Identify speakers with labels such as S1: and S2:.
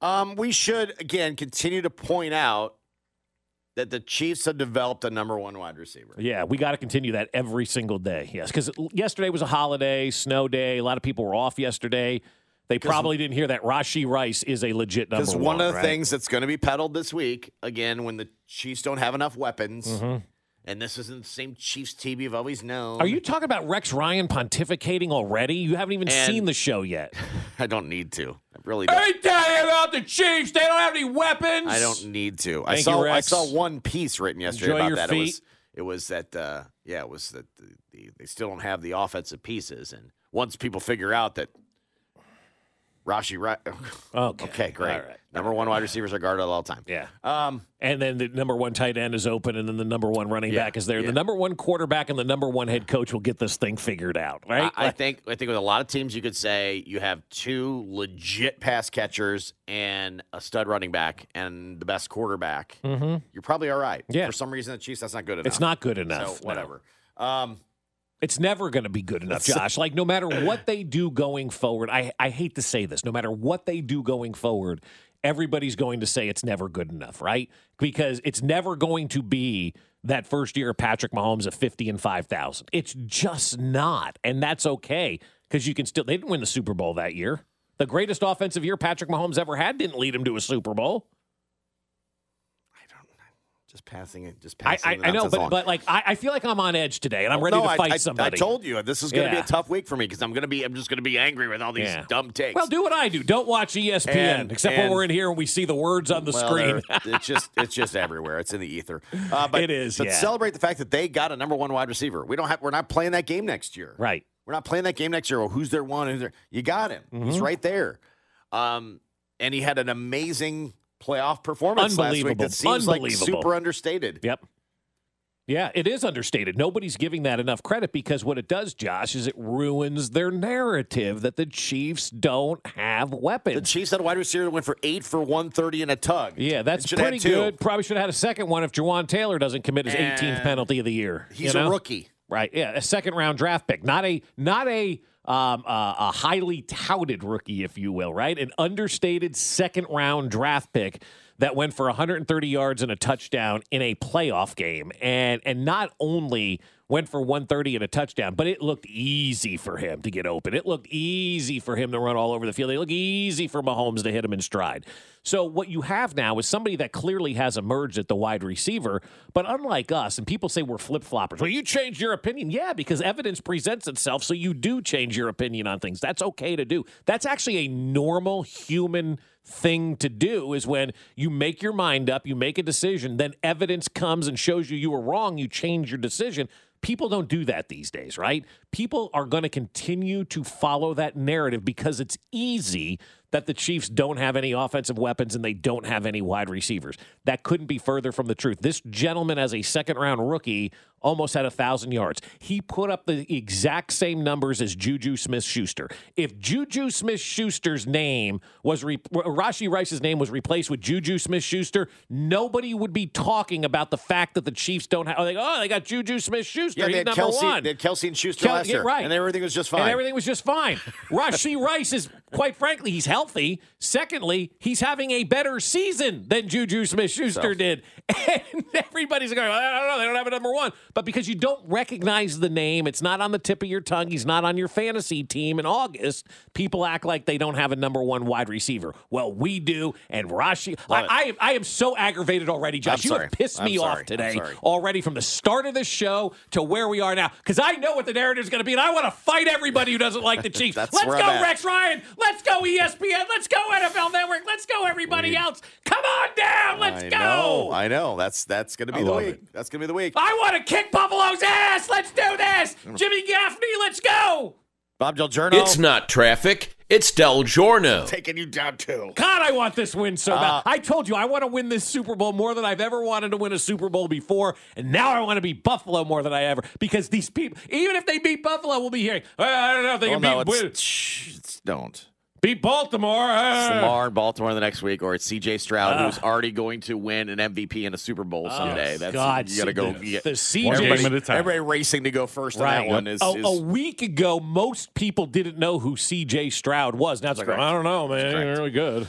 S1: Um, we should again continue to point out that the Chiefs have developed a number one wide receiver.
S2: Yeah, we got to continue that every single day. Yes, because yesterday was a holiday, snow day. A lot of people were off yesterday. They probably didn't hear that Rashi Rice is a legit number
S1: Because one, of the
S2: right?
S1: things that's going to be peddled this week, again, when the Chiefs don't have enough weapons, and this isn't the same Chiefs team you've always known.
S2: Mm-hmm. Are you talking about Rex Ryan pontificating already? You haven't even
S1: And-
S2: seen the show yet.
S1: I don't need to. I really don't.
S2: talking about the Chiefs. They don't have any weapons.
S1: I don't need to. I
S2: Thank you,
S1: saw. I
S2: Rex.
S1: saw one piece written yesterday
S2: Enjoy
S1: about
S2: your
S1: that. It was.
S2: feet.
S1: It was that. Uh, yeah, it was that the, the, they still don't have the offensive pieces, and once people figure out that Rashi, Ri-
S2: Oh, Okay.
S1: okay, great,
S2: All right.
S1: number one wide receivers are guarded at all time.
S2: Yeah.
S1: Um,
S2: And then the number one tight end is open, and then the number one running
S1: Yeah,
S2: back is there.
S1: yeah.
S2: The number one quarterback and the number one head coach will get this thing figured out, right?
S1: I, I think I think with a lot of teams you could say you have two legit pass catchers and a stud running back and the best quarterback.
S2: Mhm.
S1: You're probably all right.
S2: Yeah.
S1: For some reason, the Chiefs that's not good enough.
S2: It's not good enough.
S1: So
S2: no.
S1: whatever. Um,
S2: It's never going to be good enough, Josh. Like, no matter what they do going forward, I, I hate to say this, no matter what they do going forward, everybody's going to say it's never good enough, right? Because it's never going to be that first year of Patrick Mahomes at 50 and 5,000. It's just not. And that's okay because you can still, they didn't win the Super Bowl that year. The greatest offensive year Patrick Mahomes ever had didn't lead him to a Super Bowl.
S1: I don't. Just passing it. Just
S2: I,
S1: passing.
S2: I,
S1: the
S2: I know,
S1: nonsense
S2: but,
S1: along.
S2: but like, I, I feel like I'm on edge today and I'm ready
S1: No,
S2: to
S1: I-
S2: fight
S1: I,
S2: somebody.
S1: I told you this is going to be
S2: Yeah.
S1: a tough week for me because I'm going to be. I'm just going to be angry with all these
S2: Yeah.
S1: dumb takes.
S2: Well, do what I do. Don't watch E ESPN,
S1: And-
S2: except when
S1: and-
S2: we're in here and we see the words on the
S1: Well,
S2: screen.
S1: they're- it's just it's just everywhere. It's in the ether. Uh, but,
S2: It is,
S1: But
S2: yeah.
S1: celebrate the fact that they got a number one wide receiver. We don't have. We're not playing that game next year.
S2: Right.
S1: We're not playing that game next year. Well, who's their one? Who's their, you got him.
S2: Mm-hmm.
S1: He's right there. Um, and he had an amazing playoff performance last week.
S2: Unbelievable.
S1: That seems like
S2: Unbelievable.
S1: super understated.
S2: Yep. Yeah, it is understated. Nobody's giving that enough credit because what it does, Josh, is it ruins their narrative that the Chiefs don't have
S1: The
S2: weapons.
S1: Chiefs had a wide receiver that went for eight for one thirty in a tug.
S2: yeah, that's
S1: Should have
S2: pretty
S1: had two.
S2: good. Probably should have had a second one if Jawan Taylor doesn't commit his 18th
S1: And
S2: penalty of the year.
S1: He's
S2: you know?
S1: a rookie.
S2: Right. Yeah, a second round draft pick, not a not a um, uh, a highly touted rookie, if you will, right? An understated second round draft pick that went for 130 yards and a touchdown in a playoff game, and and not only went for 130 and a touchdown, but it looked easy for him to get open. It looked easy for him to run all over the field. It looked easy for Mahomes to hit him in stride. So what you have now is somebody that clearly has emerged at the wide receiver, but unlike us, and people say we're flip floppers. Well, you changed your opinion, yeah, because evidence presents itself, so you do change your opinion on things. That's okay to do. That's actually a normal human thing to do is when you make your mind up, you make a decision, then evidence comes and shows you you were wrong, you change your decision. People don't do that these days, right? People are going to continue to follow that narrative because it's easy that the Chiefs don't have any offensive weapons and they don't have any wide receivers. That couldn't be further from the truth. This gentleman, as a second round rookie, almost had a 1,000 yards. He put up the exact same numbers as Juju Smith Schuster. If Juju Smith Schuster's name was, re- Rashi Rice's name was replaced with Juju Smith Schuster, nobody would be talking about the fact that the Chiefs don't have, oh, they, oh, they got Juju Smith Schuster.
S1: Yeah, they
S2: He's
S1: had
S2: number
S1: Kelsey.
S2: one.
S1: They had Kelsey and Schuster
S2: Kel-
S1: last
S2: yeah,
S1: year,
S2: right.
S1: and everything was just fine.
S2: And everything was just fine. Rashi Rice is quite frankly, he's healthy. Secondly, he's having a better season than Juju Smith Schuster did. And everybody's going, I don't know, they don't have a number one. But because you don't recognize the name, it's not on the tip of your tongue, he's not on your fantasy team in August, people act like they don't have a number one wide receiver. Well, we do. And Rashi, I,
S1: Love it.
S2: I, am- I am so aggravated already, Josh.
S1: I'm
S2: you
S1: sorry.
S2: have pissed
S1: I'm
S2: me
S1: sorry.
S2: off
S1: I'm
S2: today
S1: sorry.
S2: already from the start of this show to where we are now because I know what the narrative is going to be, and I want to fight everybody who doesn't like the Chiefs.
S1: That's
S2: Let's go,
S1: where I'm at.
S2: Rex Ryan. Let's go, E ESPN. Let's go, NFL Network. Let's go, everybody else. Come on down. Let's
S1: I
S2: go.
S1: Know, I know. That's that's gonna be the
S2: love
S1: week.
S2: it.
S1: That's gonna be the week.
S2: I want to kick Buffalo's ass. Let's do this.
S1: Mm.
S2: Jimmy Gaffney, let's go.
S1: Bob Del Giorno
S3: It's not traffic, it's Del Giorno.
S1: taking you down too.
S2: God, I want this win so
S1: Uh,
S2: bad. I told you I want to win this Super Bowl more than I've ever wanted to win a Super Bowl before, and now I want to beat Buffalo more than I ever because these people, even if they beat Buffalo, we'll be hearing, "Well, I don't know if they
S1: Well,
S2: can
S1: no,
S2: beat,
S1: it's,
S2: win-
S1: shh, it's- don't.
S2: beat Baltimore.
S1: It's
S2: Uh,
S1: Lamar in Baltimore the next week, or it's C.J. Stroud, who's already going to win an MVP and a Super Bowl someday. That's
S2: Oh, God,
S1: you gotta go.
S2: the-
S1: you get-
S2: the CJ
S1: everybody,
S4: game at a time.
S1: everybody racing to go first on that one is,
S2: a,
S1: is
S2: a week ago, most people didn't know who C.J. Stroud was. Now it's like,
S1: Correct.
S2: I don't know, man.
S1: correct.
S2: You're really good.